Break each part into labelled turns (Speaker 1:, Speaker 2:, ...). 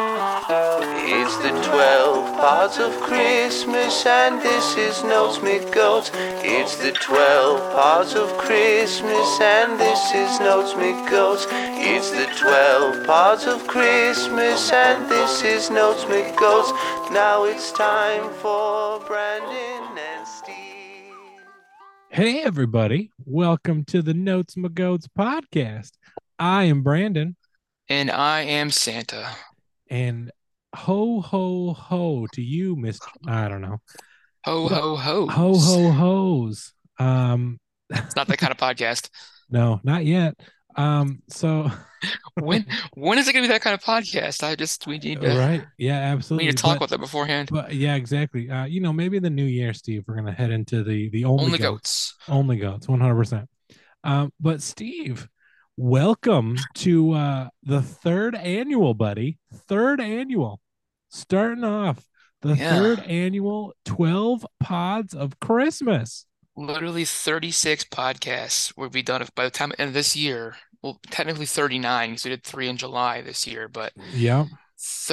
Speaker 1: It's the 12 parts of Christmas and this is Notes McGoat. It's the 12 parts of Christmas and this is Notes McGoat. It's the 12 parts of Christmas and this is Notes McGoat. Now it's time for Brandon and Steve.
Speaker 2: Hey, everybody. Welcome to the Notes McGoats podcast. I am Brandon,
Speaker 3: And I am Santa.
Speaker 2: and ho, ho, ho to you, Mr. I don't know.
Speaker 3: Ho ho ho.
Speaker 2: Ho, ho, hoes. Um,
Speaker 3: It's not that kind of podcast.
Speaker 2: no, not yet. Um, so,
Speaker 3: When when is it gonna be that kind of podcast? I just we need to
Speaker 2: right. Yeah,
Speaker 3: we
Speaker 2: absolutely.
Speaker 3: need to talk
Speaker 2: but,
Speaker 3: about that beforehand.
Speaker 2: but yeah, exactly. Uh, you know, maybe the new year, Steve, we're going to head into the, the only,
Speaker 3: Only
Speaker 2: goat.
Speaker 3: goats.
Speaker 2: Only goats, one hundred percent. Um, But Steve, welcome to uh, the third annual, buddy. Third annual, starting off the
Speaker 3: Yeah.
Speaker 2: third annual twelve pods of Christmas.
Speaker 3: Literally 36 podcasts will be done if by the time end of this year. Well, technically 39 because we did three in July this year, but
Speaker 2: Yep,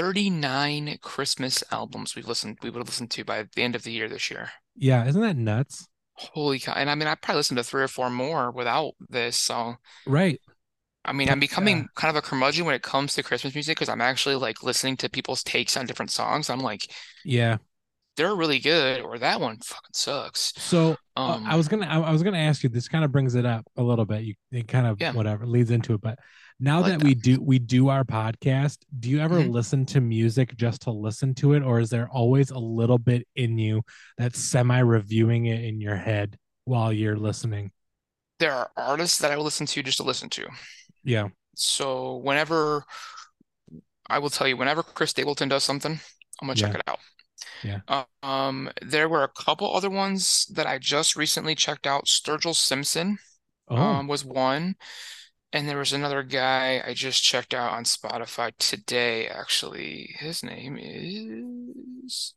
Speaker 3: 39 Christmas albums we've listened we would have listened to by the end of the year this year.
Speaker 2: yeah, isn't that nuts?
Speaker 3: Holy cow. And I mean, I probably listened to three or four more without this, so.
Speaker 2: Right?
Speaker 3: I mean,
Speaker 2: But,
Speaker 3: I'm becoming kind of a curmudgeon when it comes to Christmas music because I'm actually like listening to people's takes on different songs. I'm like,
Speaker 2: Yeah.
Speaker 3: they're really good, or that one fucking sucks.
Speaker 2: So Uh,
Speaker 3: Um,
Speaker 2: I was gonna I, I was gonna ask you. This kind of brings it up a little bit. You it kind of
Speaker 3: Yeah.
Speaker 2: whatever leads into it. But now
Speaker 3: like
Speaker 2: that we do we do our podcast, do you ever
Speaker 3: Mhm.
Speaker 2: listen to music just to listen to it, or is there always a little bit in you that's semi reviewing it in your head while you're listening?
Speaker 3: there are artists that I will listen to just to listen to.
Speaker 2: Yeah.
Speaker 3: So whenever I will tell you, whenever Chris Stapleton does something, I'm gonna check
Speaker 2: Yeah.
Speaker 3: it out.
Speaker 2: Yeah.
Speaker 3: Uh, Um, there were a couple other ones that I just recently checked out. Sturgill Simpson.
Speaker 2: Oh,
Speaker 3: um, was one. And there was another guy I just checked out on Spotify today, actually. His name is.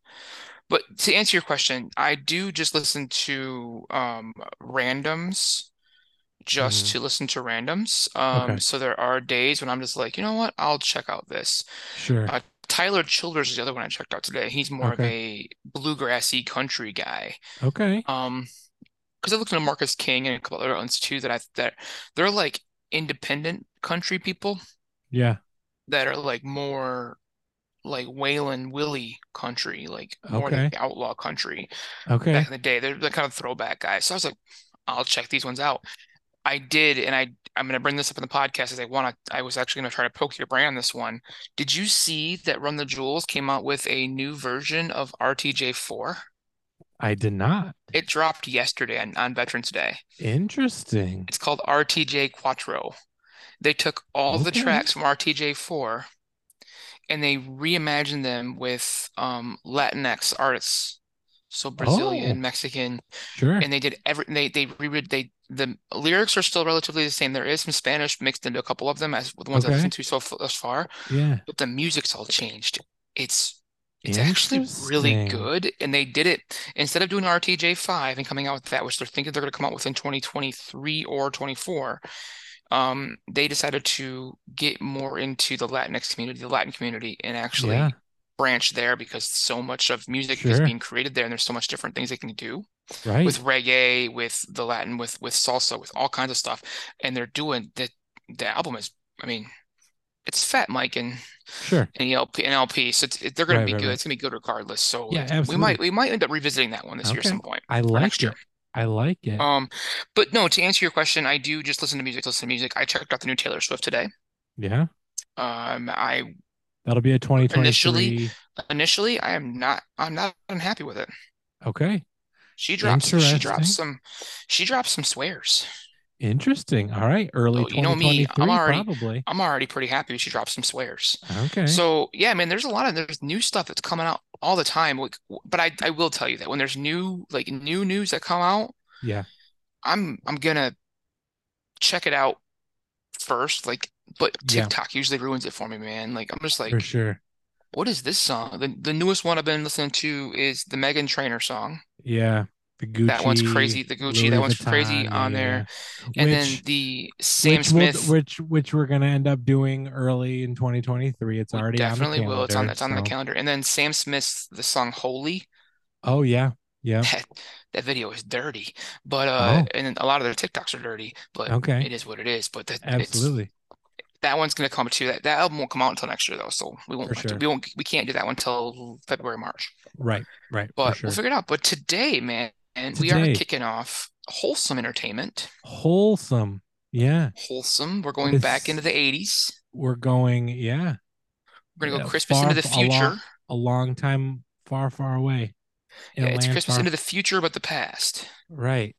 Speaker 3: But to answer your question, I do just listen to um, randoms, just
Speaker 2: Mhm.
Speaker 3: to listen to randoms. Um,
Speaker 2: Okay.
Speaker 3: so there are days when I'm just like, you know what? I'll check out this.
Speaker 2: sure.
Speaker 3: uh, Tyler Childers is the other one I checked out today. He's more of a bluegrassy country guy.
Speaker 2: okay.
Speaker 3: Um, because I looked into Marcus King and a couple other ones too that I that they're like independent country people
Speaker 2: Yeah.
Speaker 3: that are like more like Waylon Willie country, like more like
Speaker 2: Okay.
Speaker 3: outlaw country
Speaker 2: Okay.
Speaker 3: back in the day. They're the kind of throwback guys. So I was like, I'll check these ones out. I did, and I I'm gonna bring this up in the podcast as I want to. I was actually gonna try to poke your brain on this one. Did you see that Run the Jewels came out with a new version of RTJ4?
Speaker 2: I did not.
Speaker 3: It dropped yesterday on, on Veterans Day.
Speaker 2: Interesting.
Speaker 3: It's called RTJ Quattro. They took all the
Speaker 2: Okay.
Speaker 3: tracks from RTJ 4 and they reimagined them with um, Latinx artists. So Brazilian,
Speaker 2: Oh. Hmm.
Speaker 3: Mexican,
Speaker 2: Sure.
Speaker 3: and they did every they they reread they the lyrics are still relatively the same. There is some Spanish mixed into a couple of them as with the ones I've
Speaker 2: Okay.
Speaker 3: listened to so f- thus far,
Speaker 2: yeah.
Speaker 3: but the music's all changed. It's it's actually really
Speaker 2: Interesting.
Speaker 3: good, and they did it instead of doing RTJ 5 and coming out with that, which they're thinking they're going to come out with in 2023 or 24. Um, they decided to get more into the Latinx community, the Latin community, and actually
Speaker 2: Yeah.
Speaker 3: branch there because so much of music is
Speaker 2: Sure.
Speaker 3: being created there, and there's so much different things they can do
Speaker 2: Right.
Speaker 3: with reggae, with the Latin, with with salsa, with all kinds of stuff. And they're doing the the album is, I mean, it's Fat Mike and
Speaker 2: sure.
Speaker 3: and LP and LP. So it's, it, they're going
Speaker 2: Right,
Speaker 3: to be
Speaker 2: right,
Speaker 3: good.
Speaker 2: right.
Speaker 3: It's going to be good regardless. So
Speaker 2: Yeah,
Speaker 3: it's- we might
Speaker 2: absolutely.
Speaker 3: we might end up revisiting that one this year at
Speaker 2: Okay.
Speaker 3: some point
Speaker 2: I
Speaker 3: or
Speaker 2: like
Speaker 3: next
Speaker 2: it.
Speaker 3: year.
Speaker 2: I like it.
Speaker 3: Um, but no, to answer your question, I do just listen to music, listen to music. I checked out the new Taylor Swift today.
Speaker 2: yeah.
Speaker 3: Um, I
Speaker 2: That'll be a 2023.
Speaker 3: initially I am not I'm not unhappy with it.
Speaker 2: Okay.
Speaker 3: She drops she drops
Speaker 2: Interesting.
Speaker 3: some she drops some swears.
Speaker 2: Interesting. All right. Early
Speaker 3: Oh, you know me,
Speaker 2: 2023,
Speaker 3: I'm already-
Speaker 2: probably.
Speaker 3: I'm already pretty happy she dropped some swears.
Speaker 2: Okay.
Speaker 3: So yeah, I mean, there's a lot of there's new stuff that's coming out all the time. Like, w- but I I will tell you that when there's new like new news that come out,
Speaker 2: Yeah.
Speaker 3: I'm I'm gonna check it out first. Like, but
Speaker 2: Yeah.
Speaker 3: TikTok usually ruins it for me, man. Like, I'm just like,
Speaker 2: for sure.
Speaker 3: what is this song? The the newest one I've been listening to is the Megan Trainor song.
Speaker 2: Yeah. The Gucci.
Speaker 3: That one's crazy. The Gucci, that
Speaker 2: Louis
Speaker 3: one's crazy
Speaker 2: Vuitton,
Speaker 3: on there.
Speaker 2: yeah.
Speaker 3: And
Speaker 2: Which-
Speaker 3: then the Sam
Speaker 2: which we'll-
Speaker 3: Smith.
Speaker 2: which which we're gonna end up doing early in 2023. It's
Speaker 3: we
Speaker 2: already
Speaker 3: definitely
Speaker 2: on the
Speaker 3: will. It's on
Speaker 2: calendar,
Speaker 3: that's on the
Speaker 2: so-
Speaker 3: calendar. And then Sam Smith's the song Holy.
Speaker 2: Oh yeah, yeah.
Speaker 3: That that video is dirty. But uh
Speaker 2: Oh.
Speaker 3: and then a lot of their TikToks are dirty, but
Speaker 2: Okay,
Speaker 3: it is what it is. But that it's
Speaker 2: absolutely.
Speaker 3: that one's gonna come too. That that album won't come out until next year though. So we won't
Speaker 2: For
Speaker 3: have to-
Speaker 2: sure.
Speaker 3: we won't we can't do that one until February, March.
Speaker 2: Right, right. for
Speaker 3: But
Speaker 2: sure.
Speaker 3: we'll figure it out. But today, man, and we are
Speaker 2: Today.
Speaker 3: kicking off wholesome entertainment.
Speaker 2: Wholesome. Yeah,
Speaker 3: Wholesome. We're going
Speaker 2: With-
Speaker 3: back into the 80s.
Speaker 2: we're going. Yeah,
Speaker 3: We're going to
Speaker 2: Yeah,
Speaker 3: go Christmas
Speaker 2: far
Speaker 3: into the
Speaker 2: f- a lot-
Speaker 3: future.
Speaker 2: a long time, far, far away. In
Speaker 3: Yeah,
Speaker 2: a
Speaker 3: it's
Speaker 2: land
Speaker 3: Christmas
Speaker 2: far-
Speaker 3: into the future, but the past.
Speaker 2: right.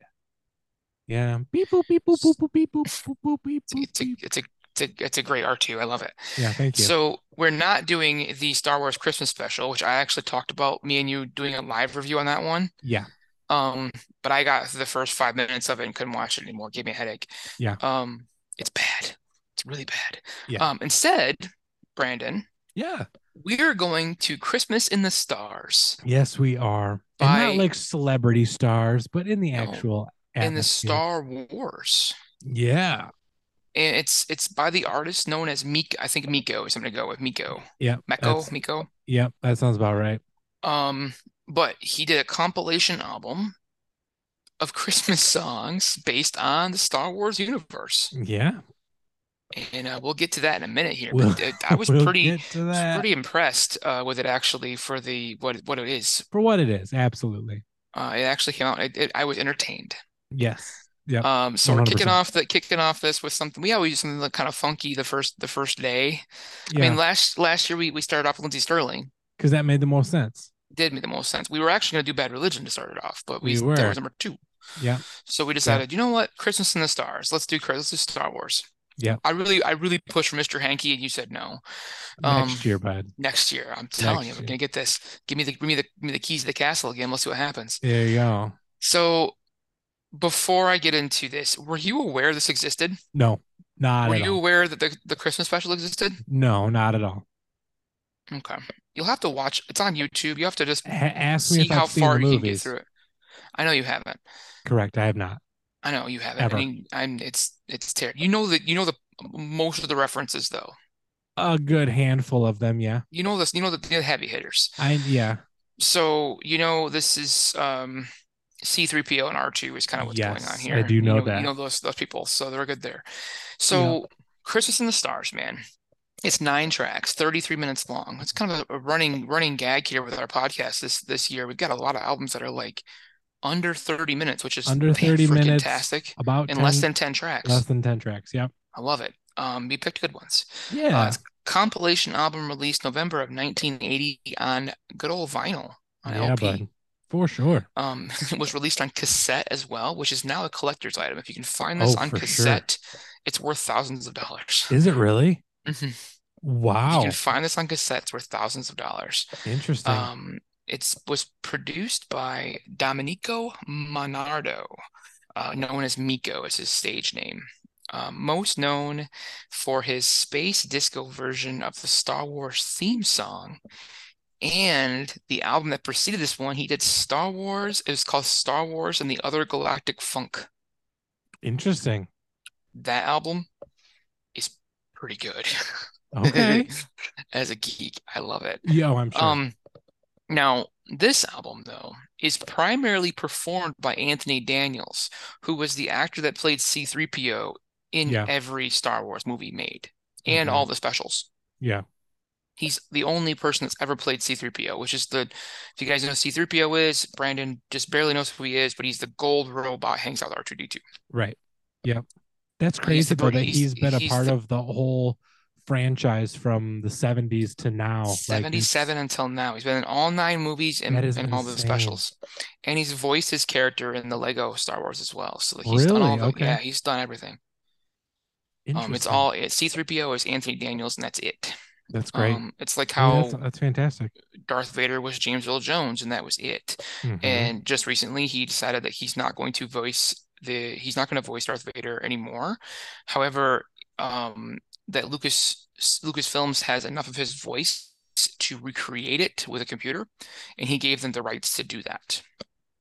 Speaker 2: Yeah. Beep boop beep boop boop boop beep boop boop boop beep boop.
Speaker 3: It's a,
Speaker 2: beep.
Speaker 3: it's a, it's a, it's a great R2. I love it.
Speaker 2: Yeah. Thank you.
Speaker 3: So we're not doing the Star Wars Christmas special, which I actually talked about me and you doing a live review on that one.
Speaker 2: yeah.
Speaker 3: Um, but I got through the first five minutes of it and couldn't watch it anymore. It gave me a headache.
Speaker 2: Yeah.
Speaker 3: Um, it's bad. It's really bad.
Speaker 2: Yeah.
Speaker 3: Um, instead, Brandon,
Speaker 2: Yeah.
Speaker 3: we're going to Christmas in the Stars.
Speaker 2: Yes, we are. and
Speaker 3: By-
Speaker 2: not like celebrity stars, but in the
Speaker 3: No,
Speaker 2: actual
Speaker 3: in the
Speaker 2: atmosphere.
Speaker 3: Star Wars.
Speaker 2: Yeah.
Speaker 3: And it's it's by the artist known as Miko. I think Miko is I'm gonna go with Miko.
Speaker 2: Yeah.
Speaker 3: Meko,
Speaker 2: that's-
Speaker 3: Miko.
Speaker 2: Yep. That sounds about right.
Speaker 3: Um, but he did a compilation album of Christmas songs based on the Star Wars universe.
Speaker 2: Yeah.
Speaker 3: And uh, we'll get to that in a minute here.
Speaker 2: We'll-
Speaker 3: But uh, I was
Speaker 2: we'll
Speaker 3: pretty
Speaker 2: get to
Speaker 3: was
Speaker 2: that
Speaker 3: pretty impressed uh, with it actually for the what what it is.
Speaker 2: for what it is. Absolutely.
Speaker 3: Uh, it actually came out. It, it, I was entertained.
Speaker 2: Yes. Yep.
Speaker 3: Um, so we're kicking
Speaker 2: 100%.
Speaker 3: off the kicking off this with something. We always do something like kind of funky the first the first day. I
Speaker 2: yeah.
Speaker 3: mean, last last year we we started off with Lindsey Sterling.
Speaker 2: Because that made the most sense.
Speaker 3: Did make the most sense. We were actually gonna do Bad Religion to start it off, but we
Speaker 2: We
Speaker 3: that
Speaker 2: were.
Speaker 3: was number two.
Speaker 2: Yeah.
Speaker 3: So we decided, you know what? Christmas in the Stars. Let's do Chris- let's do Star Wars.
Speaker 2: Yeah.
Speaker 3: I really I really pushed for Mr. Hankey and you said no. Um,
Speaker 2: Next year, bud.
Speaker 3: Next year, I'm telling you,
Speaker 2: Next
Speaker 3: we're
Speaker 2: year.
Speaker 3: gonna get this. Give me the give me the give me the keys to the castle again. Let's see what happens.
Speaker 2: There you go.
Speaker 3: So before I get into this, were you aware this existed?
Speaker 2: No, not
Speaker 3: Were
Speaker 2: at
Speaker 3: you
Speaker 2: all.
Speaker 3: aware that the, the Christmas special existed?
Speaker 2: No, not at all.
Speaker 3: Okay. You'll have to watch. It's on YouTube. You have to just
Speaker 2: A- ask me
Speaker 3: see
Speaker 2: if
Speaker 3: how
Speaker 2: I've seen
Speaker 3: far
Speaker 2: the
Speaker 3: you can
Speaker 2: movies.
Speaker 3: get through it. I know you haven't.
Speaker 2: Correct. I have not.
Speaker 3: I know you haven't. I
Speaker 2: Ever.
Speaker 3: mean, I'm it's it's terrible. You know that you know the most of the references though.
Speaker 2: A good handful of them. Yeah.
Speaker 3: You know this, you know the, the heavy hitters.
Speaker 2: I yeah.
Speaker 3: So, you know, this is um C3PO and R2 is kind of what's going on
Speaker 2: Yes, I
Speaker 3: here.
Speaker 2: do
Speaker 3: You
Speaker 2: know
Speaker 3: you
Speaker 2: that.
Speaker 3: know those those people, so they're good there. So, Christmas in the Stars, man. It's nine tracks, 33 minutes long. It's kind of a, a running running gag here with our podcast this this year. We've got a lot of albums that are like under 30 minutes, which is
Speaker 2: Under 30 minutes,
Speaker 3: fantastic,
Speaker 2: About
Speaker 3: and less
Speaker 2: 10
Speaker 3: than 10 tracks.
Speaker 2: less than ten tracks. Yep.
Speaker 3: I love it. Um, you picked good ones. Uh,
Speaker 2: Yeah.
Speaker 3: it's a compilation album released November of 1980 on good old vinyl on
Speaker 2: yeah,
Speaker 3: LP.
Speaker 2: bud. For sure.
Speaker 3: Um, it was released on cassette as well, which is now a collector's item. If you can find this
Speaker 2: Oh,
Speaker 3: on
Speaker 2: for sure.
Speaker 3: cassette, it's worth thousands of dollars.
Speaker 2: Is it really?
Speaker 3: Mhm. If you
Speaker 2: Wow.
Speaker 3: can find this on cassette, it's worth thousands of dollars.
Speaker 2: Interesting.
Speaker 3: Um, it's was produced by Domenico Monardo, uh, known as Miko is his stage name. Um, most known for his space disco version of the Star Wars theme song. And the album that preceded this one, he did Star Wars. It was called Star Wars and the Other Galactic Funk.
Speaker 2: Interesting.
Speaker 3: That album is pretty good.
Speaker 2: Okay.
Speaker 3: As a geek, I love it.
Speaker 2: Yo, oh, I'm sure.
Speaker 3: Um, now this album though is primarily performed by Anthony Daniels, who was the actor that played C-3PO in
Speaker 2: Yeah.
Speaker 3: every Star Wars movie made and
Speaker 2: Mhm.
Speaker 3: all the specials.
Speaker 2: yeah.
Speaker 3: He's the only person that's ever played C-3PO, which is the, if you guys know who C-3PO is, Brandon just barely knows who he is, but he's the gold robot hangs out with R2-D2.
Speaker 2: Right. Yep. That's
Speaker 3: the
Speaker 2: crazy though
Speaker 3: bro-
Speaker 2: that
Speaker 3: he's-
Speaker 2: he's been a
Speaker 3: he's
Speaker 2: part
Speaker 3: the-
Speaker 2: of the whole franchise from the 70s to now. Like, it's-
Speaker 3: 77 until now. He's been in all nine movies and,
Speaker 2: Oh, That is
Speaker 3: and all the
Speaker 2: insane.
Speaker 3: specials. And he's voiced his character in the Lego Star Wars as well. So like, he's done
Speaker 2: Really?
Speaker 3: all the,
Speaker 2: Okay.
Speaker 3: yeah, he's done everything. Um, it's
Speaker 2: Interesting.
Speaker 3: all it. C-3PO is Anthony Daniels, and that's it.
Speaker 2: That's great.
Speaker 3: Um, it's like
Speaker 2: I mean,
Speaker 3: how
Speaker 2: that's, that's fantastic.
Speaker 3: Darth Vader was James Earl Jones, and that was it.
Speaker 2: Mhm.
Speaker 3: And just recently, he decided that he's not going to voice the he's not going to voice Darth Vader anymore. However, um, that Lucas Lucasfilms has enough of his voice to recreate it with a computer, and he gave them the rights to do that.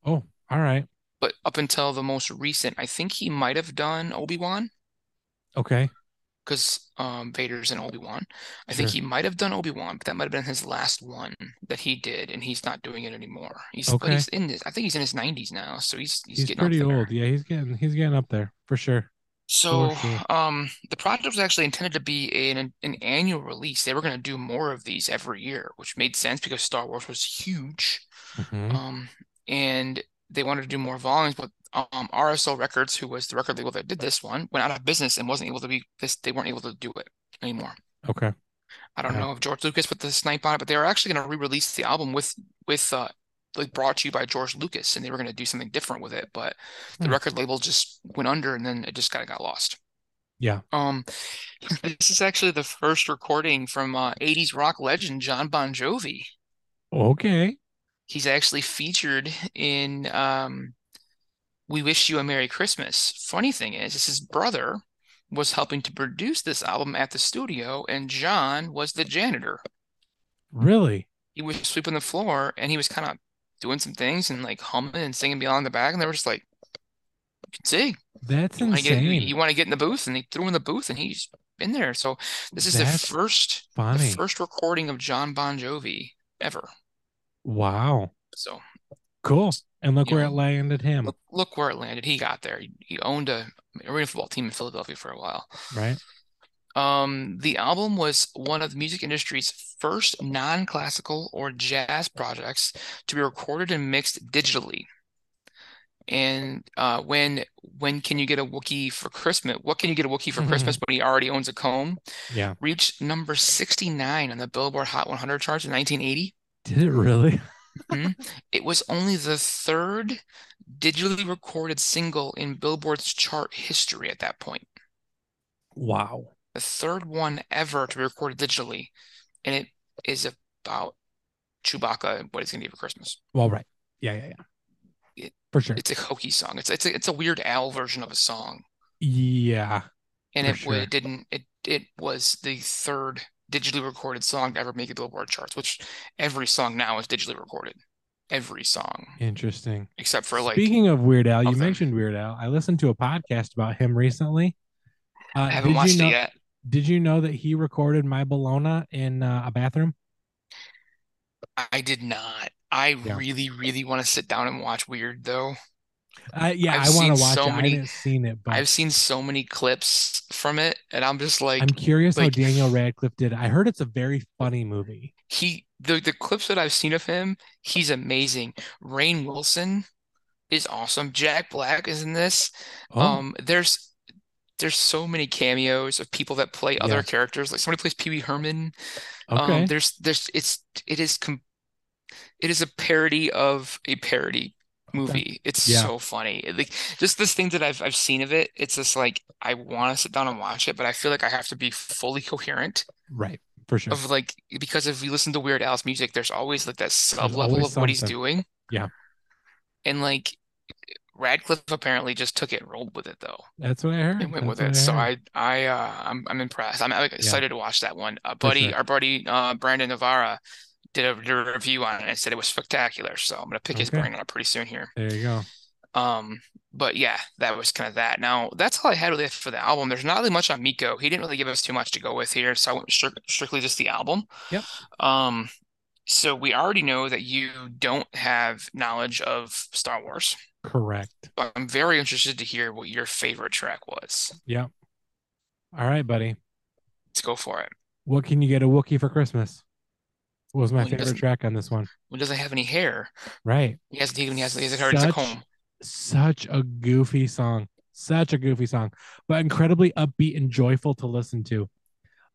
Speaker 2: oh, All right.
Speaker 3: But up until the most recent, I think he might have done Obi-Wan
Speaker 2: Okay.
Speaker 3: because um, Vader's in Obi-Wan. I think
Speaker 2: Sure.
Speaker 3: he might have done Obi-Wan, but that might have been his last one that he did, and he's not doing it anymore. He's but
Speaker 2: Okay.
Speaker 3: he's in this. I think he's in his 90s now, so he's he's,
Speaker 2: He's,
Speaker 3: getting up
Speaker 2: pretty
Speaker 3: there.
Speaker 2: old. Yeah, he's getting he's getting up there for sure.
Speaker 3: So,
Speaker 2: sure.
Speaker 3: um, the project was actually intended to be an an annual release. They were going to do more of these every year, which made sense because Star Wars was huge.
Speaker 2: Mhm.
Speaker 3: Um, and they wanted to do more volumes, but um, RSL Records, who was the record label that did this one, went out of business and wasn't able to be this. They weren't able to do it anymore.
Speaker 2: Okay.
Speaker 3: I don't
Speaker 2: Yeah.
Speaker 3: know if George Lucas put the snipe on it, but they were actually going to re-release the album with with uh like brought to you by George Lucas, and they were going to do something different with it, but the
Speaker 2: Hmm.
Speaker 3: record label just went under, and then it just kind of got lost.
Speaker 2: Yeah.
Speaker 3: Um, this is actually the first recording from uh, 80s rock legend John Bon Jovi.
Speaker 2: Okay.
Speaker 3: He's actually featured in um, "We Wish You a Merry Christmas." Funny thing is, is his brother was helping to produce this album at the studio, and John was the janitor.
Speaker 2: Really?
Speaker 3: he was sweeping the floor and he was kind of doing some things and like humming and singing beyond the bag and they were just like you can see
Speaker 2: That's
Speaker 3: you want to get you,
Speaker 2: insane.
Speaker 3: want to get in the booth and they threw him in the booth and he's been there so this is the
Speaker 2: That's
Speaker 3: first the
Speaker 2: Funny.
Speaker 3: first recording of John Bon Jovi ever
Speaker 2: Wow.
Speaker 3: so
Speaker 2: Cool. And look
Speaker 3: You
Speaker 2: where it
Speaker 3: know,
Speaker 2: landed him,
Speaker 3: look, look where it landed he got there he, he owned a arena football team in Philadelphia for a while
Speaker 2: right?
Speaker 3: um the album was one of the music industry's first non-classical or jazz projects to be recorded and mixed digitally And uh, when when can you get a Wookiee for Christmas? What can you get a Wookiee for
Speaker 2: Mhm.
Speaker 3: Christmas when he already owns a comb?
Speaker 2: Yeah.
Speaker 3: Reached number 69 on the Billboard Hot 100 charts in 1980.
Speaker 2: Did it really?
Speaker 3: It was only the third digitally recorded single in Billboard's chart history at that point.
Speaker 2: Wow.
Speaker 3: The third one ever to be recorded digitally, and it is about Chewbacca and what he's gonna be for Christmas.
Speaker 2: Well, right. Yeah, yeah, yeah.
Speaker 3: It-
Speaker 2: For sure.
Speaker 3: It's a hokey song. It's it's a, it's a Weird Al version of a song.
Speaker 2: Yeah.
Speaker 3: and
Speaker 2: For
Speaker 3: it wa-
Speaker 2: sure.
Speaker 3: didn't it it was the third digitally recorded song to ever make the Billboard charts, which every song now is digitally recorded. Every song
Speaker 2: Interesting.
Speaker 3: except for like
Speaker 2: Speaking of Weird Al, you
Speaker 3: Something.
Speaker 2: mentioned Weird Al. I listened to a podcast about him recently. Uh,
Speaker 3: I
Speaker 2: did
Speaker 3: haven't
Speaker 2: you
Speaker 3: watched
Speaker 2: know-
Speaker 3: it yet.
Speaker 2: Did you know that he recorded My Bologna in uh, a bathroom?
Speaker 3: I did not. I
Speaker 2: Yeah.
Speaker 3: really, really want to sit down and watch Weird though.
Speaker 2: Uh, yeah, I want
Speaker 3: I've seen
Speaker 2: to watch
Speaker 3: so
Speaker 2: it.
Speaker 3: many-
Speaker 2: I haven't seen it, but
Speaker 3: I've seen so many clips from it, and I'm just like
Speaker 2: I'm curious
Speaker 3: like-
Speaker 2: how Daniel Radcliffe did. it. I heard it's a very funny movie.
Speaker 3: he the the clips that I've seen of him, he's amazing. Rain Wilson is awesome. Jack Black is in this.
Speaker 2: Oh,
Speaker 3: Um, there's there's so many cameos of people that play other
Speaker 2: Yeah.
Speaker 3: characters. Like somebody plays Pee Wee Herman. Um,
Speaker 2: okay.
Speaker 3: there's there's it's it is com it is a parody of a parody movie. It's
Speaker 2: Yeah.
Speaker 3: so funny. It, Like just this thing that I've I've seen of it. It's just like I want to sit down and watch it, but I feel like I have to be fully coherent
Speaker 2: right, for sure.
Speaker 3: of like because if you listen to Weird Al's music, there's always like that sub level
Speaker 2: always
Speaker 3: of what he's
Speaker 2: something.
Speaker 3: doing.
Speaker 2: Yeah.
Speaker 3: And like Radcliffe apparently just took it and rolled with it though.
Speaker 2: That's what I heard.
Speaker 3: It went with it.
Speaker 2: That's
Speaker 3: So
Speaker 2: what
Speaker 3: I, I, uh, I'm, I'm impressed. I'm, uh, excited to watch that one. Uh, buddy,
Speaker 2: sure.
Speaker 3: our buddy, uh, Brandon Navarra did a, did a review on it and said it was spectacular. So I'm gonna pick his
Speaker 2: Okay.
Speaker 3: brain up pretty soon here.
Speaker 2: heard. There you go.
Speaker 3: Um, but yeah, that was kind of that. Now that's all I had really for the album. There's not really much on Miko. He didn't really give us too much to go with here, so I went stri strictly just the album.
Speaker 2: Yep.
Speaker 3: Um, so we already know that you don't have knowledge of Star Wars.
Speaker 2: Correct.
Speaker 3: But I'm very interested to hear what your favorite track was.
Speaker 2: Yep. All right, buddy.
Speaker 3: Let's go for it.
Speaker 2: What can you get a Wookiee for Christmas? What was my
Speaker 3: Well, he
Speaker 2: favorite
Speaker 3: doesn't-
Speaker 2: track on this one?
Speaker 3: Well, he doesn't have any hair.
Speaker 2: Right.
Speaker 3: He hasn't even he hasn't, he hasn't heard it's a
Speaker 2: Such-
Speaker 3: comb.
Speaker 2: Such a goofy song. Such a goofy song, but incredibly upbeat and joyful to listen to.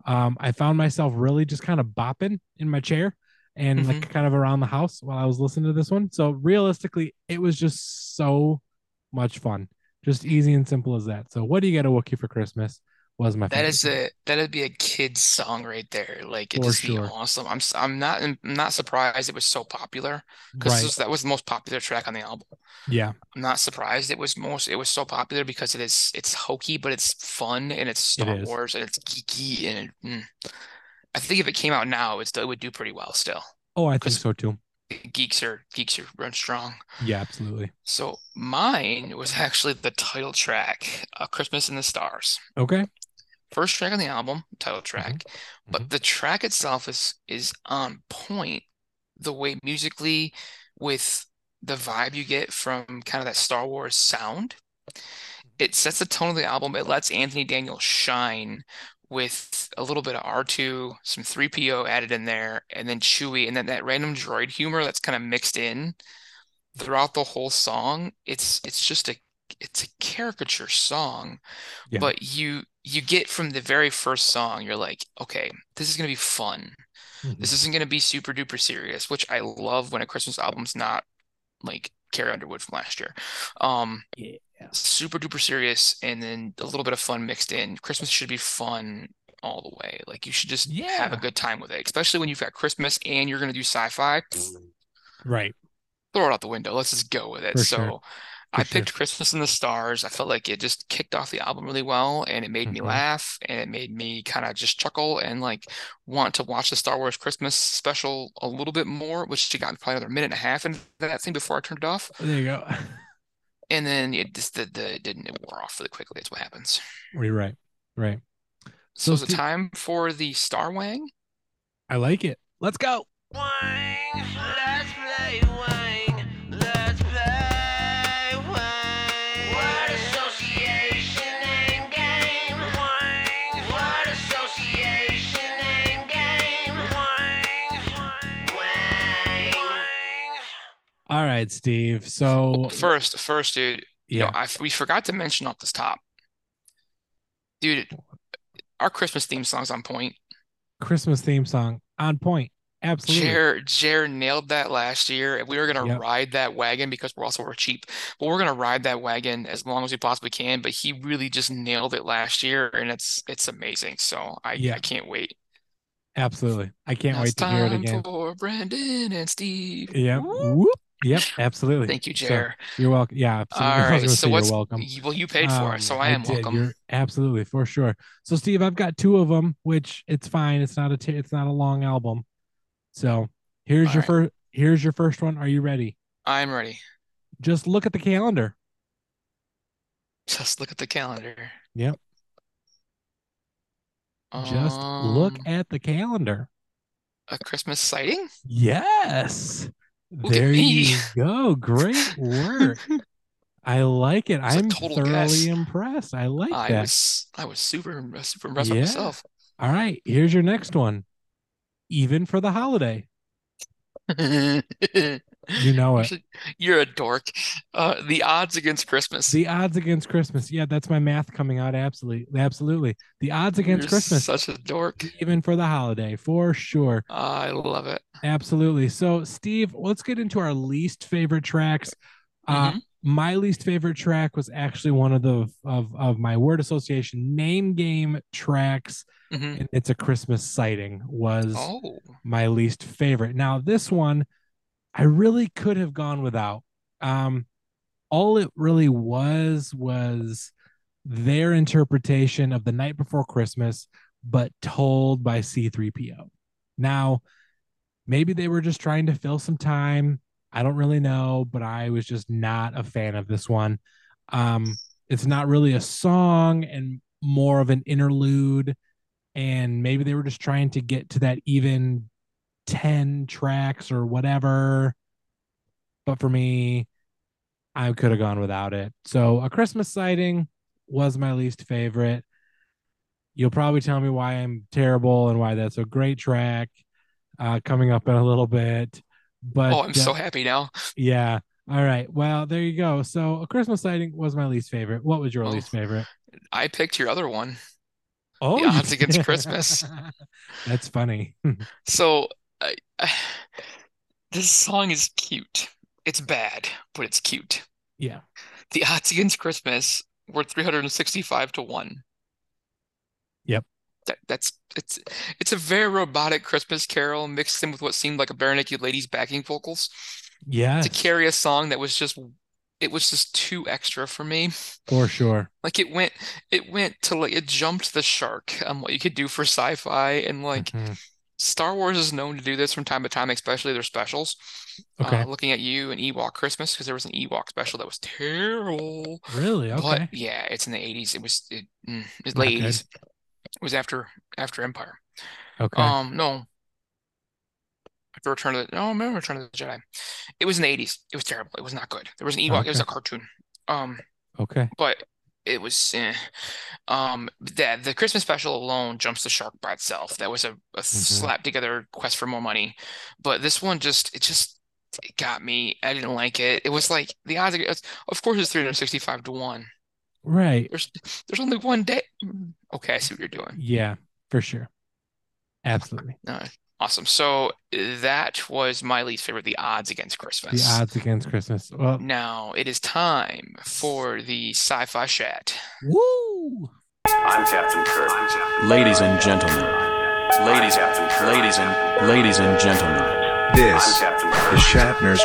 Speaker 2: Um, I found myself really just kind of bopping in my chair and
Speaker 3: Mm-hmm.
Speaker 2: like kind of around the house while I was listening to this one. So realistically, it was just so much fun. Just easy and simple as that. So what do you get a Wookiee for Christmas? Was my
Speaker 3: That
Speaker 2: favorite
Speaker 3: is
Speaker 2: song.
Speaker 3: a that'd be a kid's song right there. Like it'd
Speaker 2: For
Speaker 3: just be
Speaker 2: sure.
Speaker 3: awesome. I'm s- I'm not I'm not surprised it was so popular because
Speaker 2: right.
Speaker 3: that was the most popular track on the album.
Speaker 2: yeah.
Speaker 3: I'm not surprised it was most it was so popular because it is it's hokey but it's fun and it's
Speaker 2: It
Speaker 3: Star
Speaker 2: is.
Speaker 3: Wars and it's geeky and it, mm. I think if it came out now, it's, it would do pretty well still.
Speaker 2: Oh, I think
Speaker 3: Because-
Speaker 2: so too.
Speaker 3: geeks are geeks are run strong.
Speaker 2: Yeah, absolutely.
Speaker 3: So mine was actually the title track, uh, Christmas in the Stars.
Speaker 2: Okay.
Speaker 3: First track on the album, title track, but the track itself is is on point the way musically with the vibe you get from kind of that Star Wars sound. It sets the tone of the album. It lets Anthony Daniel shine with a little bit of R2, some 3PO added in there, and then Chewie, and then that random droid humor that's kind of mixed in throughout the whole song. It's it's just a it's a caricature song,
Speaker 2: Yeah.
Speaker 3: but you you get from the very first song, you're like, okay, this is gonna be fun.
Speaker 2: Mhm.
Speaker 3: This isn't gonna be super duper serious, which I love when a Christmas album's not like Carrie Underwood from last year. Um,
Speaker 2: Yeah.
Speaker 3: super duper serious, and then a little bit of fun mixed in. Christmas should be fun all the way. Like you should just have a
Speaker 2: Yeah.
Speaker 3: good time with it, especially when you've got Christmas and you're gonna do sci-fi.
Speaker 2: Right.
Speaker 3: Throw it out the window. Let's just go with it.
Speaker 2: For
Speaker 3: So
Speaker 2: sure.
Speaker 3: I
Speaker 2: For sure.
Speaker 3: picked Christmas in the Stars. I felt like it just kicked off the album really well, and it made me
Speaker 2: Mhm.
Speaker 3: laugh, and it made me kind of just chuckle and like want to watch the Star Wars Christmas special a little bit more, which she got probably another minute and a half into that thing before I turned it off.
Speaker 2: There you go.
Speaker 3: And then it just the, the it didn't it wore off really quickly. That's what happens.
Speaker 2: You're right. Right.
Speaker 3: So is
Speaker 2: So
Speaker 3: it
Speaker 2: did-
Speaker 3: time for the Star Wang?
Speaker 2: I like it. Let's go.
Speaker 1: Wang, let's play Wang, let's play Wang. What association and game? Wang, what association and game? Wang, Wang.
Speaker 2: All right, Steve. So
Speaker 3: First, first, dude, you know,
Speaker 2: yeah.
Speaker 3: I f- we forgot to mention off the top, dude. Our Christmas theme song's on point.
Speaker 2: Christmas theme song on point. Absolutely.
Speaker 3: Jer Jer nailed that last year. and We were gonna
Speaker 2: Yep.
Speaker 3: ride that wagon because we're also we're cheap, but we're gonna ride that wagon as long as we possibly can. But he really just nailed it last year, and it's it's amazing. So I
Speaker 2: Yeah.
Speaker 3: I can't wait.
Speaker 2: Absolutely. I can't
Speaker 3: Now
Speaker 2: wait
Speaker 3: it's
Speaker 2: to hear it
Speaker 3: time
Speaker 2: again.
Speaker 3: for Brandon and Steve.
Speaker 2: Yeah.
Speaker 3: Woo!
Speaker 2: Whoop. Yep. Absolutely.
Speaker 3: Thank you,
Speaker 2: So,
Speaker 3: Jer.
Speaker 2: you're welcome. Yeah. Absolutely.
Speaker 3: All
Speaker 2: I was
Speaker 3: right,
Speaker 2: gonna
Speaker 3: so
Speaker 2: say
Speaker 3: what's
Speaker 2: you're welcome.
Speaker 3: y- well you paid for it, so
Speaker 2: Um,
Speaker 3: I am
Speaker 2: did.
Speaker 3: welcome.
Speaker 2: You're absolutely for sure. So Steve, I've got two of them, which it's fine. It's not a t- it's not a long album. So here's
Speaker 3: All
Speaker 2: your
Speaker 3: right.
Speaker 2: first here's your first one. Are you ready?
Speaker 3: I'm ready.
Speaker 2: Just look at the calendar.
Speaker 3: Just look at the calendar.
Speaker 2: Yep. Just look
Speaker 3: Um,
Speaker 2: at the calendar.
Speaker 3: a Christmas sighting?
Speaker 2: Yes.
Speaker 3: at
Speaker 2: there
Speaker 3: me.
Speaker 2: you go. Great work. I like it.
Speaker 3: It's a
Speaker 2: I'm
Speaker 3: total
Speaker 2: thoroughly
Speaker 3: guess.
Speaker 2: impressed. I like
Speaker 3: I
Speaker 2: that.
Speaker 3: was I was super impressed- super impressed with
Speaker 2: Yeah.
Speaker 3: myself.
Speaker 2: All right. Here's your next one. Even for the holiday. You know it.
Speaker 3: Actually, You're a dork. Uh, the odds against Christmas.
Speaker 2: The odds against Christmas. Yeah, that's my math coming out. Absolutely. Absolutely. The odds against
Speaker 3: You're
Speaker 2: Christmas,
Speaker 3: such a dork.
Speaker 2: even for the holiday, for sure.
Speaker 3: I love it.
Speaker 2: Absolutely. So, Steve, let's get into our least favorite tracks. Uh,
Speaker 3: Mhm.
Speaker 2: my least favorite track was actually one of the of of my word association name game tracks,
Speaker 3: Mhm.
Speaker 2: and it's a Christmas sighting was
Speaker 3: Oh,
Speaker 2: my least favorite. Now, this one I really could have gone without. Um, all it really was was their interpretation of the night before Christmas, but told by C3PO. Now, maybe they were just trying to fill some time. I don't really know, but I was just not a fan of this one. Um, it's not really a song and more of an interlude. And maybe they were just trying to get to that even 10 tracks or whatever. But for me, I could have gone without it. So a Christmas sighting was my least favorite. You'll probably tell me why I'm terrible and why that's a great track uh, coming up in a little bit. But
Speaker 3: oh, I'm
Speaker 2: uh,
Speaker 3: so happy now.
Speaker 2: yeah. All right. Well, there you go. So a Christmas sighting was my least favorite. What was your
Speaker 3: Oh.
Speaker 2: least favorite?
Speaker 3: I picked your other one.
Speaker 2: Oh, you-
Speaker 3: odds against Christmas.
Speaker 2: That's funny.
Speaker 3: So, I, this song is cute. It's bad, but it's cute.
Speaker 2: yeah.
Speaker 3: The odds against Christmas were 365 to 1.
Speaker 2: Yep.
Speaker 3: That, that's it's it's a very robotic Christmas carol mixed in with what seemed like a bare naked lady's backing vocals
Speaker 2: Yeah.
Speaker 3: to carry a song that was just it was just too extra for me.
Speaker 2: For sure.
Speaker 3: Like it went it went to like it jumped the shark on what you could do for sci-fi and like
Speaker 2: Mhm.
Speaker 3: Star Wars is known to do this from time to time, especially their specials.
Speaker 2: Okay.
Speaker 3: Uh, looking at you and Ewok Christmas because there was an Ewok special that was terrible.
Speaker 2: Really?
Speaker 3: But
Speaker 2: Okay.
Speaker 3: yeah, it's in the 80s. It was it, mm, it's
Speaker 2: Not
Speaker 3: late
Speaker 2: good.
Speaker 3: 80s. It was after after Empire.
Speaker 2: Okay.
Speaker 3: Um, no. After Return of the, no, I remember Return of the Jedi. It was in the 80s. It was terrible. It was not good. There was an Ewok. It was
Speaker 2: Okay.
Speaker 3: a cartoon. Um,
Speaker 2: okay.
Speaker 3: but it was eh. Um, that the Christmas special alone jumps the shark by itself. That was a, a
Speaker 2: Mm-hmm.
Speaker 3: slap together quest for more money, but this one just it just it got me. I didn't like it. It was like the odds. Are, of course, it's 365 to one.
Speaker 2: Right.
Speaker 3: There's there's only one day. Mm, Okay, I see what you're doing.
Speaker 2: Yeah, for sure. Absolutely.
Speaker 3: Awesome. So that was my least favorite. The odds against
Speaker 2: The
Speaker 3: Christmas.
Speaker 2: odds against Christmas. Well,
Speaker 3: Now it is time for the sci-fi chat.
Speaker 2: woo!
Speaker 4: I'm Captain Kirk. I'm Captain
Speaker 5: Ladies and gentlemen, ladies, ladies and ladies and gentlemen,
Speaker 6: This
Speaker 4: Captain Kirk.
Speaker 6: is Shatner's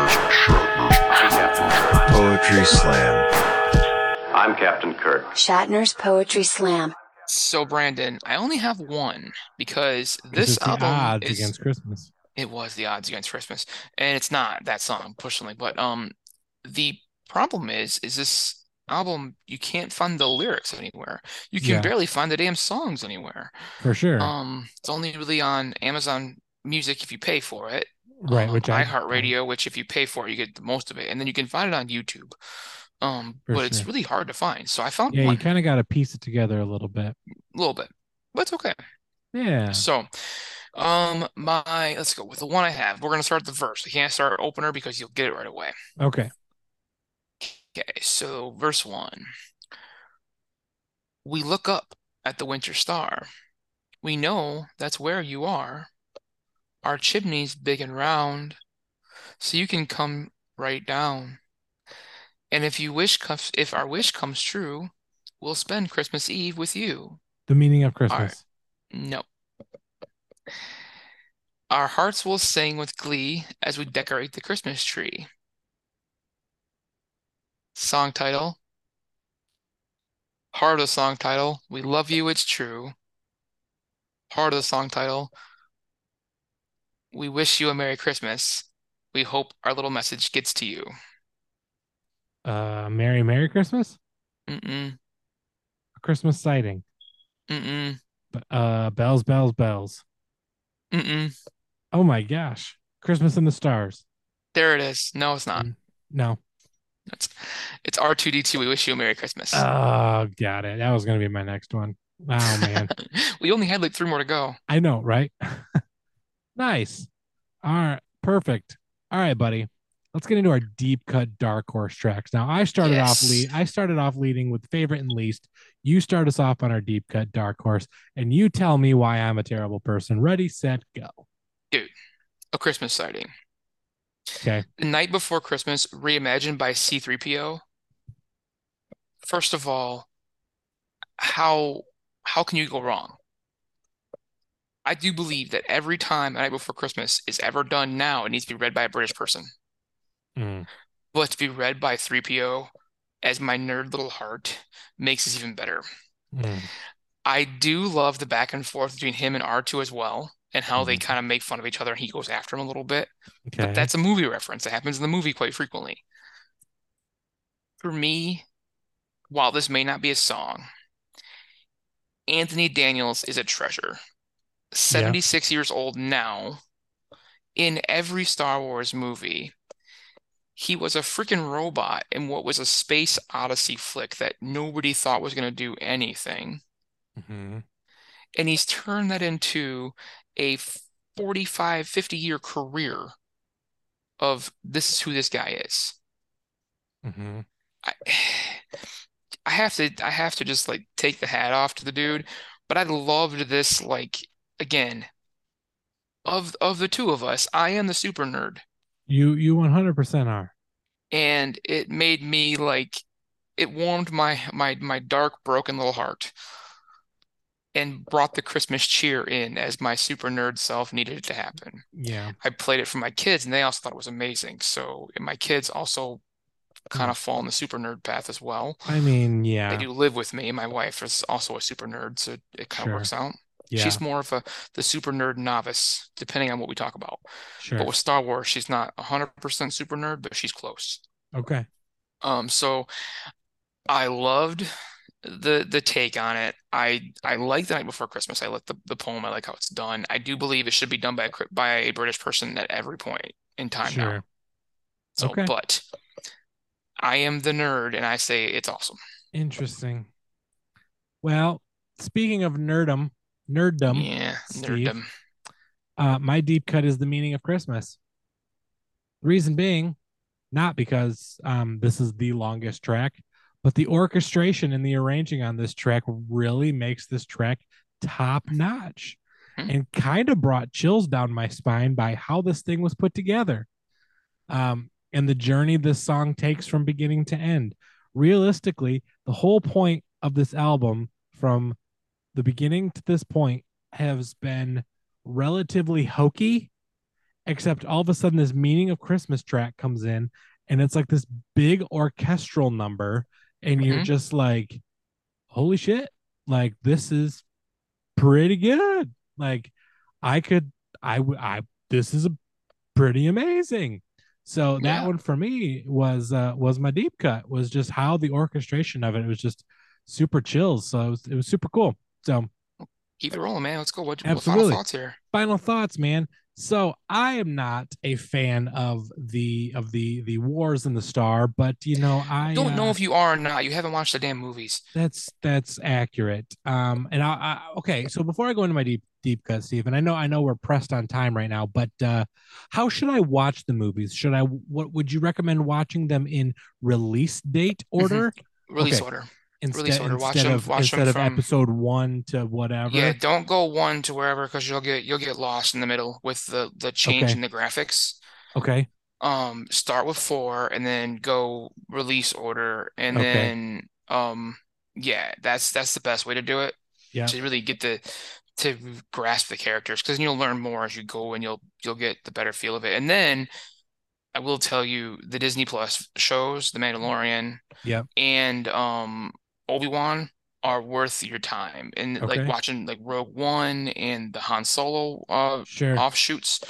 Speaker 6: Oh.
Speaker 4: I'm Captain Kirk.
Speaker 6: Poetry Slam.
Speaker 4: I'm Captain Kirk.
Speaker 7: Shatner's Poetry Slam.
Speaker 3: So Brandon, I only have one because
Speaker 2: Is
Speaker 3: this
Speaker 2: it the
Speaker 3: album
Speaker 2: odds
Speaker 3: is
Speaker 2: against Christmas.
Speaker 3: it was the odds against Christmas, and it's not that song personally, but um, the problem is is this album you can't find the lyrics anywhere. You can
Speaker 2: Yeah.
Speaker 3: barely find the damn songs anywhere.
Speaker 2: For sure.
Speaker 3: Um, it's only really on Amazon Music if you pay for it,
Speaker 2: right,
Speaker 3: um,
Speaker 2: which I
Speaker 3: iHeartRadio, which if you pay for it, you get the most of it, and then you can find it on YouTube. Um,
Speaker 2: For
Speaker 3: but it's
Speaker 2: sure.
Speaker 3: really hard to find, so I found
Speaker 2: Yeah,
Speaker 3: one
Speaker 2: you kind of got to piece it together a little bit.
Speaker 3: a little bit, but it's okay.
Speaker 2: Yeah.
Speaker 3: So, um, my let's go with the one I have. We're gonna start the verse. I can't start opener because you'll get it right away.
Speaker 2: Okay.
Speaker 3: Okay, so verse one. We look up at the winter star. We know that's where you are. Our chimney's big and round, so you can come right down. And if you wish comes, if our wish comes true, we'll spend Christmas Eve with you.
Speaker 2: The meaning of Christmas.
Speaker 3: No. Our hearts will sing with glee as we decorate the Christmas tree. Song title. Heart of the song title. We love you, it's true. Heart of the song title. We wish you a Merry Christmas. We hope our little message gets to you.
Speaker 2: Uh, Merry, Merry Christmas.
Speaker 3: Mm-mm,
Speaker 2: A Christmas sighting.
Speaker 3: mm-mm,
Speaker 2: B- Uh, bells, bells, bells.
Speaker 3: mm-mm.
Speaker 2: Oh my gosh. Christmas in the stars.
Speaker 3: There it is. No, it's not.
Speaker 2: Mm. No.
Speaker 3: It's it's R2D2. We wish you a Merry Christmas.
Speaker 2: Oh, got it. That was gonna be my next one. Oh man.
Speaker 3: We only had like three more to go.
Speaker 2: I know, right? nice. All right, perfect. All right, buddy. Let's get into our deep cut dark horse tracks. Now, I started off
Speaker 3: Yes.
Speaker 2: lead. I started off leading with favorite and least. You start us off on our deep cut dark horse, and you tell me why I'm a terrible person. Ready, set, go.
Speaker 3: A Christmas sighting.
Speaker 2: Okay.
Speaker 3: The Night Before Christmas, reimagined by C3PO. First of all, how how can you go wrong? I do believe that every time A Night Before Christmas is ever done now, it needs to be read by a British person.
Speaker 2: Mm,
Speaker 3: But to be read by 3PO, as my nerd little heart, makes this even better.
Speaker 2: mm.
Speaker 3: I do love the back and forth between him and R2 as well, and how they
Speaker 2: Mhm.
Speaker 3: kind of make fun of each other and he goes after him a little bit.
Speaker 2: Okay.
Speaker 3: But that's a movie reference that happens in the movie quite frequently. For me, while this may not be a song, Anthony Daniels is a treasure. 76 years old now, in every Star Wars movie, he was a freaking robot in what was a space odyssey flick that nobody thought was going to do anything. Mm-hmm,
Speaker 2: Mhm.
Speaker 3: And he's turned that into a 45, 50 year career of this is who this guy is. mm-hmm.
Speaker 2: Mhm.
Speaker 3: I, I have to I have to just like take the hat off to the dude, but I loved this like again of of the two of us, I am the super nerd
Speaker 2: You you 100% are.
Speaker 3: and it made me like it warmed my my my dark broken little heart and brought the Christmas cheer in as my super nerd self needed it to happen.
Speaker 2: Yeah.
Speaker 3: I played it for my kids and they also thought it was amazing. So my kids also kind of fall in the super nerd path as well.
Speaker 2: I mean, Hmm.
Speaker 3: They
Speaker 2: yeah.
Speaker 3: do live with me. My wife is also a super nerd, so it kind
Speaker 2: Sure.
Speaker 3: of works out.
Speaker 2: Yeah,
Speaker 3: She's more of a the super nerd novice, depending on what we talk about.
Speaker 2: sure.
Speaker 3: But with Star Wars, she's not 100% super nerd, but she's close.
Speaker 2: okay.
Speaker 3: Um, so I loved the the take on it. I I like The Night Before Christmas. I like the, the poem. I like how it's done. I do believe it should be done by a, cri- by a British person at every point in time now.
Speaker 2: Sure.
Speaker 3: So,
Speaker 2: Okay.
Speaker 3: but I am the nerd, and I say it's awesome.
Speaker 2: Interesting. Well, speaking of nerdum, nerddom,
Speaker 3: Yeah,
Speaker 2: Steve.
Speaker 3: nerddom.
Speaker 2: uh, my deep cut is the meaning of Christmas. The reason being, not because um, this is the longest track, but the orchestration and the arranging on this track really makes this track top notch
Speaker 3: Hmm.
Speaker 2: and kind of brought chills down my spine by how this thing was put together um, and the journey this song takes from beginning to end. Realistically, the whole point of this album from the beginning to this point has been relatively hokey, except all of a sudden this meaning of Christmas track comes in and it's like this big orchestral number. And you're
Speaker 3: Mhm.
Speaker 2: just like, holy shit, like this is pretty good. Like I could, I would, I, this is a pretty amazing. So that
Speaker 3: Yeah.
Speaker 2: one for me was, uh, was my deep cut was just how the orchestration of it, was just super chills. So it was, it was super cool. So
Speaker 3: Keep it rolling, man. Let's go. What, what final
Speaker 2: Absolutely.
Speaker 3: thoughts here?
Speaker 2: final thoughts man so i am not a fan of the of the the wars in the star but you know i
Speaker 3: Don't
Speaker 2: uh,
Speaker 3: know if you are or not. You haven't watched the damn movies.
Speaker 2: that's that's accurate um and I, I okay so before i go into my deep deep cut steve and i know i know we're pressed on time right now but uh how should i watch the movies should i what would you recommend watching them in release date order
Speaker 3: Release
Speaker 2: Okay.
Speaker 3: order.
Speaker 2: instead,
Speaker 3: Mm-hmm. Release order. Watch
Speaker 2: instead
Speaker 3: 'em-
Speaker 2: of
Speaker 3: watch 'em
Speaker 2: instead of
Speaker 3: from-
Speaker 2: episode one to whatever
Speaker 3: Yeah, don't go one to wherever because you'll get you'll get lost in the middle with the the change
Speaker 2: Okay.
Speaker 3: in the graphics.
Speaker 2: okay
Speaker 3: Um, start with four and then go release order and
Speaker 2: Okay.
Speaker 3: then um yeah, that's that's the best way to do it.
Speaker 2: Yeah.
Speaker 3: To really get the to grasp the characters because you'll learn more as you go and you'll you'll get the better feel of it. And then I will tell you the Disney Plus shows, The Mandalorian,
Speaker 2: Yep.
Speaker 3: and um Obi-Wan are worth your time. And like
Speaker 2: Okay.
Speaker 3: watching like Rogue One and the Han Solo uh
Speaker 2: sure
Speaker 3: offshoots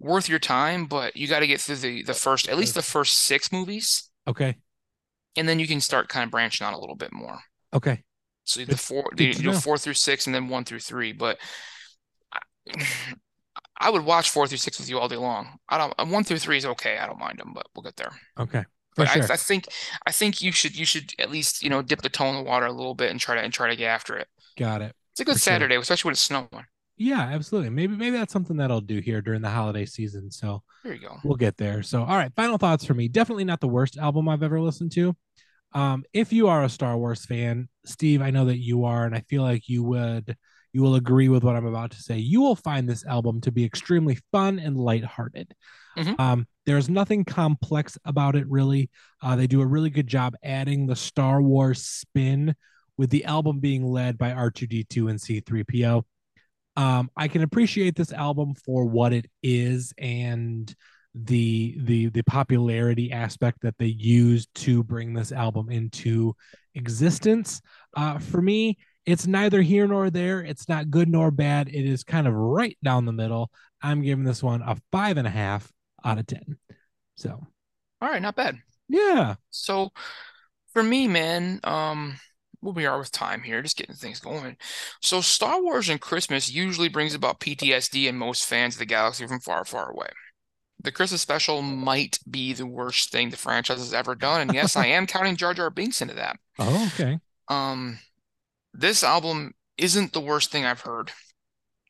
Speaker 3: worth your time, but you got to get through the the first at least the first six movies,
Speaker 2: okay
Speaker 3: and then you can start kind of branching out a little bit more.
Speaker 2: okay
Speaker 3: So the
Speaker 2: Good-
Speaker 3: four,
Speaker 2: good
Speaker 3: you
Speaker 2: to
Speaker 3: do
Speaker 2: know.
Speaker 3: four through six, and then one through three. But I, I would watch four through six with you all day long. I don't. uh, One through three is okay. I don't mind them, but we'll get there.
Speaker 2: okay for
Speaker 3: But I,
Speaker 2: sure
Speaker 3: I think I think you should you should at least you know dip the toe in the water a little bit and try to and try to get after it.
Speaker 2: got it
Speaker 3: It's a good
Speaker 2: For sure.
Speaker 3: Saturday, especially when it's snowing.
Speaker 2: Yeah, absolutely. Maybe maybe that's something that I'll do here during the holiday season. So
Speaker 3: There you go.
Speaker 2: we'll get there. So all right, final thoughts for me. Definitely not the worst album I've ever listened to. Um, if you are a Star Wars fan, Steve, I know that you are, and I feel like you would you will agree with what I'm about to say. You will find this album to be extremely fun and lighthearted.
Speaker 3: Mhm.
Speaker 2: Um, there's nothing complex about it, really. Uh, they do a really good job adding the Star Wars spin with the album being led by R2D2 and C3PO. Um, I can appreciate this album for what it is and the the the popularity aspect that they used to bring this album into existence. Uh, for me, it's neither here nor there. It's not good nor bad. It is kind of right down the middle. I'm giving this one a five and a half out of ten. So
Speaker 3: All right, not bad.
Speaker 2: yeah,
Speaker 3: So for me, man, um, where we are with time here, just getting things going. So Star Wars and Christmas usually brings about PTSD in most fans of the galaxy from far, far away. The Christmas special might be the worst thing the franchise has ever done, and yes, I am counting Jar Jar Binks into that.
Speaker 2: oh, okay,
Speaker 3: Um, this album isn't the worst thing I've heard.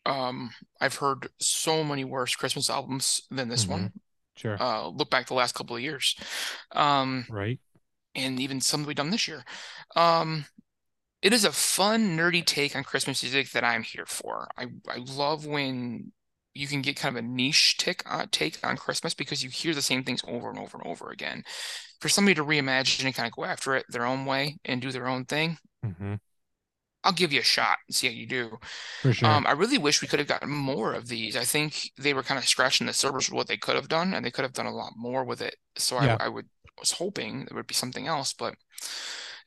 Speaker 3: Um, I've heard so many worse Christmas albums than this
Speaker 2: Mhm.
Speaker 3: one.
Speaker 2: sure,
Speaker 3: Uh, look back the last couple of years. Um,
Speaker 2: right,
Speaker 3: and even some that we've done this year. Um, it is a fun, nerdy take on Christmas music that I'm here for. I, I love when you can get kind of a niche tick on, take on Christmas because you hear the same things over and over and over again. For somebody to reimagine and kind of go after it their own way and do their own thing,
Speaker 2: hmm
Speaker 3: I'll give you a shot and see how you do.
Speaker 2: for sure.
Speaker 3: Um, I really wish we could have gotten more of these. I think they were kind of scratching the surface with what they could have done, and they could have done a lot more with it. So I,
Speaker 2: Yeah.
Speaker 3: I would was hoping there would be something else, but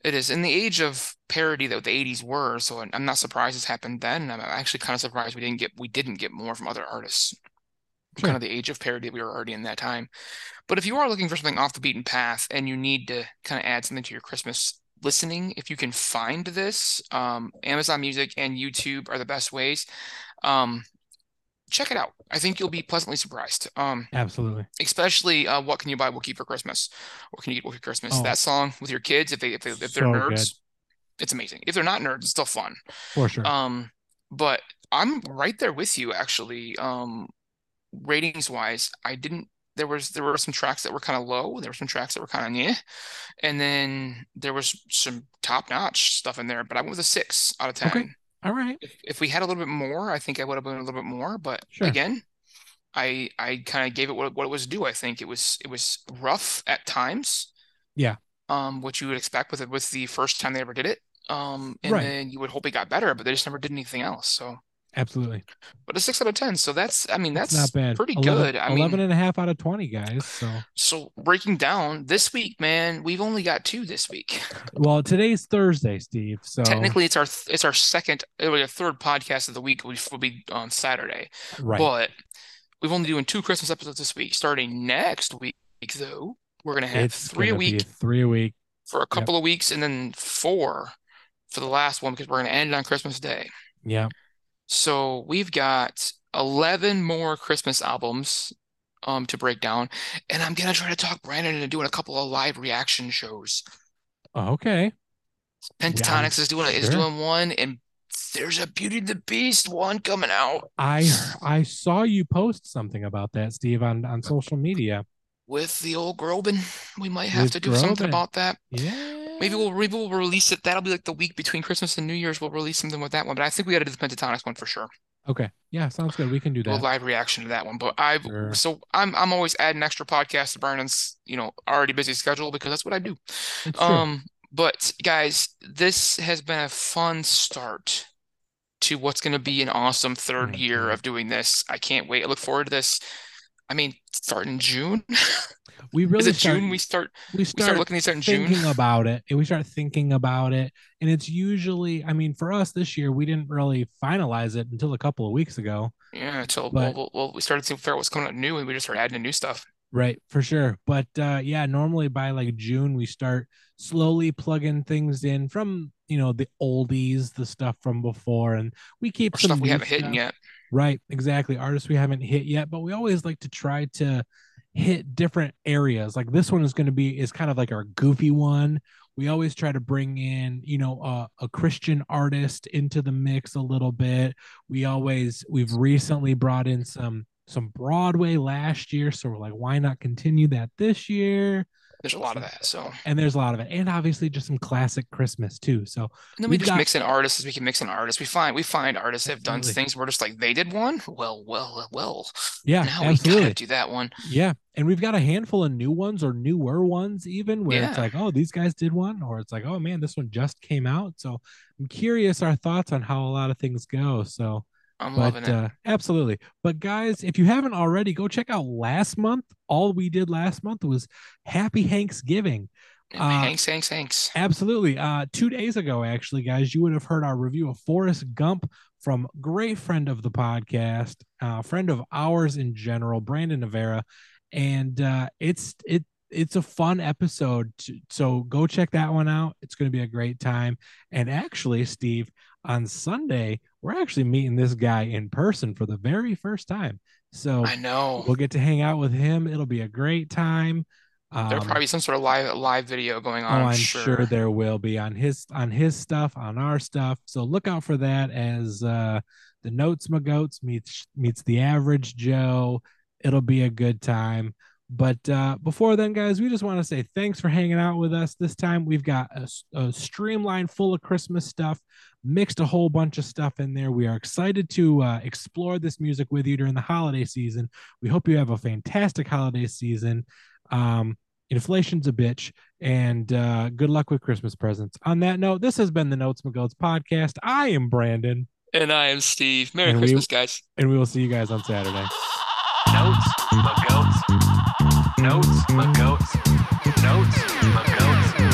Speaker 3: It is in the age of parody that the 80s were, so I'm- I'm not surprised this happened then. and I'm actually kind of surprised we didn't get we didn't get more from other artists.
Speaker 2: Sure.
Speaker 3: Kind of the age of parody we were already in that time. But if you are looking for something off the beaten path and you need to kind of add something to your Christmas listening, if you can find this, um, Amazon Music and YouTube are the best ways. Um, check it out. I think you'll be pleasantly surprised. Um,
Speaker 2: Absolutely.
Speaker 3: especially uh, what can you buy Wookiee for Christmas? What can you get Wookiee for Christmas?
Speaker 2: Oh.
Speaker 3: That song with your kids, if they if they if they're
Speaker 2: So good.
Speaker 3: nerds, it's amazing. If they're not nerds, it's still fun.
Speaker 2: For sure.
Speaker 3: Um, but I'm right there with you actually. Um, ratings wise, I didn't. There was there were some tracks that were kind of low. There were some tracks that were kind of yeah, and then there was some top notch stuff in there. But I went with a six out of ten.
Speaker 2: Okay. All right.
Speaker 3: If, if we had a little bit more, I think I would have been a little bit more. But
Speaker 2: Sure.
Speaker 3: again, I I kind of gave it what, what it was due. I think it was it was rough at times.
Speaker 2: Yeah.
Speaker 3: Um, what you would expect with it with the first time they ever did it. Um, and
Speaker 2: Right.
Speaker 3: then you would hope it got better, but they just never did anything else. So,
Speaker 2: Absolutely.
Speaker 3: but a six out of ten. So that's I mean
Speaker 2: That's,
Speaker 3: that's
Speaker 2: not bad.
Speaker 3: pretty
Speaker 2: 11
Speaker 3: good. I
Speaker 2: 11
Speaker 3: mean,
Speaker 2: and a half out of 20, guys. So,
Speaker 3: so breaking down this week, man, we've only got two this week.
Speaker 2: well, today's Thursday, Steve. So,
Speaker 3: Technically, it's our th- it's our second, it'll be our third podcast of the week, which will be on Saturday.
Speaker 2: right.
Speaker 3: But we've only doing two Christmas episodes this week. Starting next week, though, we're gonna have
Speaker 2: it's
Speaker 3: three a
Speaker 2: gonna be
Speaker 3: week
Speaker 2: Three a week.
Speaker 3: for a couple of weeks, and then four for the last one because we're gonna end it on Christmas Day.
Speaker 2: Yeah.
Speaker 3: So we've got eleven more Christmas albums um to break down, and I'm gonna try to talk Brandon into doing a couple of live reaction shows.
Speaker 2: Oh, Okay.
Speaker 3: Pentatonix is doing is
Speaker 2: sure.
Speaker 3: doing one, and there's a Beauty and the Beast one coming out
Speaker 2: I I saw you post something about that, Steve, on on social media.
Speaker 3: with the old Groban. We might have
Speaker 2: With
Speaker 3: to do something
Speaker 2: Groban.
Speaker 3: about that.
Speaker 2: Yeah.
Speaker 3: Maybe we'll maybe we'll release it. That'll be like the week between Christmas and New Year's. We'll release something with that one. But I think we got to do the Pentatonics one for sure.
Speaker 2: Okay. Yeah, sounds good. We can do
Speaker 3: Do a
Speaker 2: that.
Speaker 3: live reaction to that one. But I've
Speaker 2: Sure.
Speaker 3: so I'm I'm always adding extra podcasts to Brandon's you know already busy schedule because that's what I do.
Speaker 2: It's true.
Speaker 3: Um, but guys, this has been a fun start to what's going to be an awesome third
Speaker 2: Mhm.
Speaker 3: year of doing this. I can't wait. I look forward to this. I mean, starting June.
Speaker 2: we really
Speaker 3: Is it
Speaker 2: start,
Speaker 3: June we start
Speaker 2: we
Speaker 3: we
Speaker 2: start
Speaker 3: start looking these out in June?
Speaker 2: thinking about it and we start thinking about it and it's usually i mean for us this year we didn't really finalize it until a couple of weeks ago
Speaker 3: Yeah, until well,
Speaker 2: But-
Speaker 3: well, well, we started to figure out what's coming out new, and we just started adding new stuff.
Speaker 2: right for sure but uh yeah normally by like june we start slowly plugging things in from you know the oldies the stuff from before and we keep
Speaker 3: Or
Speaker 2: some
Speaker 3: stuff we
Speaker 2: new
Speaker 3: haven't hit
Speaker 2: stuff.
Speaker 3: yet.
Speaker 2: Right, exactly. Artists we haven't hit yet, but we always like to try to hit different areas. Like this one is going to be is kind of like our goofy one. We always try to bring in, you know, a, a Christian artist into the mix a little bit. We always we've recently brought in some some Broadway last year, so we're like, why not continue that this year?
Speaker 3: There's a lot of that. So, and
Speaker 2: And there's a lot of it, and obviously just some classic Christmas too. So
Speaker 3: then we
Speaker 2: We've
Speaker 3: just
Speaker 2: got-
Speaker 3: mix in artists as we can mix in artists. We find we find artists have done
Speaker 2: Absolutely.
Speaker 3: things. We're just like they did one. Well, well, well.
Speaker 2: yeah,
Speaker 3: Now we
Speaker 2: absolutely.
Speaker 3: gotta do that one.
Speaker 2: Yeah. And we've got a handful of new ones or newer ones, even where it's
Speaker 3: Yeah.
Speaker 2: like, oh, these guys did one, or it's like, oh man, this one just came out. So I'm curious our thoughts on how a lot of things go. So,
Speaker 3: I'm loving
Speaker 2: but
Speaker 3: it.
Speaker 2: uh, absolutely. But guys, if you haven't already, go check out last month. All we did last month was Happy Thanksgiving.
Speaker 3: And
Speaker 2: uh,
Speaker 3: Hanks, Hanks, Hanks.
Speaker 2: Absolutely. Uh, two days ago, actually, guys, you would have heard our review of Forrest Gump from great friend of the podcast, uh, friend of ours in general, Brandon Navera, and uh, it's it it's a fun episode. To, so go check that one out. It's going to be a great time. And actually, Steve, on Sunday, we're actually meeting this guy in person for the very first time. So
Speaker 3: I know.
Speaker 2: we'll get to hang out with him. It'll be a great time.
Speaker 3: There'll
Speaker 2: Um,
Speaker 3: probably be some sort of live live video going on.
Speaker 2: oh,
Speaker 3: I'm
Speaker 2: I'm sure.
Speaker 3: sure.
Speaker 2: there will be on his on his stuff, on our stuff. So look out for that as uh the notes McGoats meets meets the average Joe. It'll be a good time. But uh, before then, guys, we just want to say thanks for hanging out with us. This time we've got a, s- a streamline full of Christmas stuff, mixed a whole bunch of stuff in there. We are excited to uh, explore this music with you during the holiday season. We hope you have a fantastic holiday season. Um, inflation's a bitch, and uh, good luck with Christmas presents. On that note, this has been the Notes McGoats podcast. I am Brandon,
Speaker 3: And I am Steve. Merry
Speaker 2: And we-
Speaker 3: Christmas, guys.
Speaker 2: and we will see you guys on Saturday.
Speaker 4: Notes, my goats. Notes, my goats. Notes, my goats.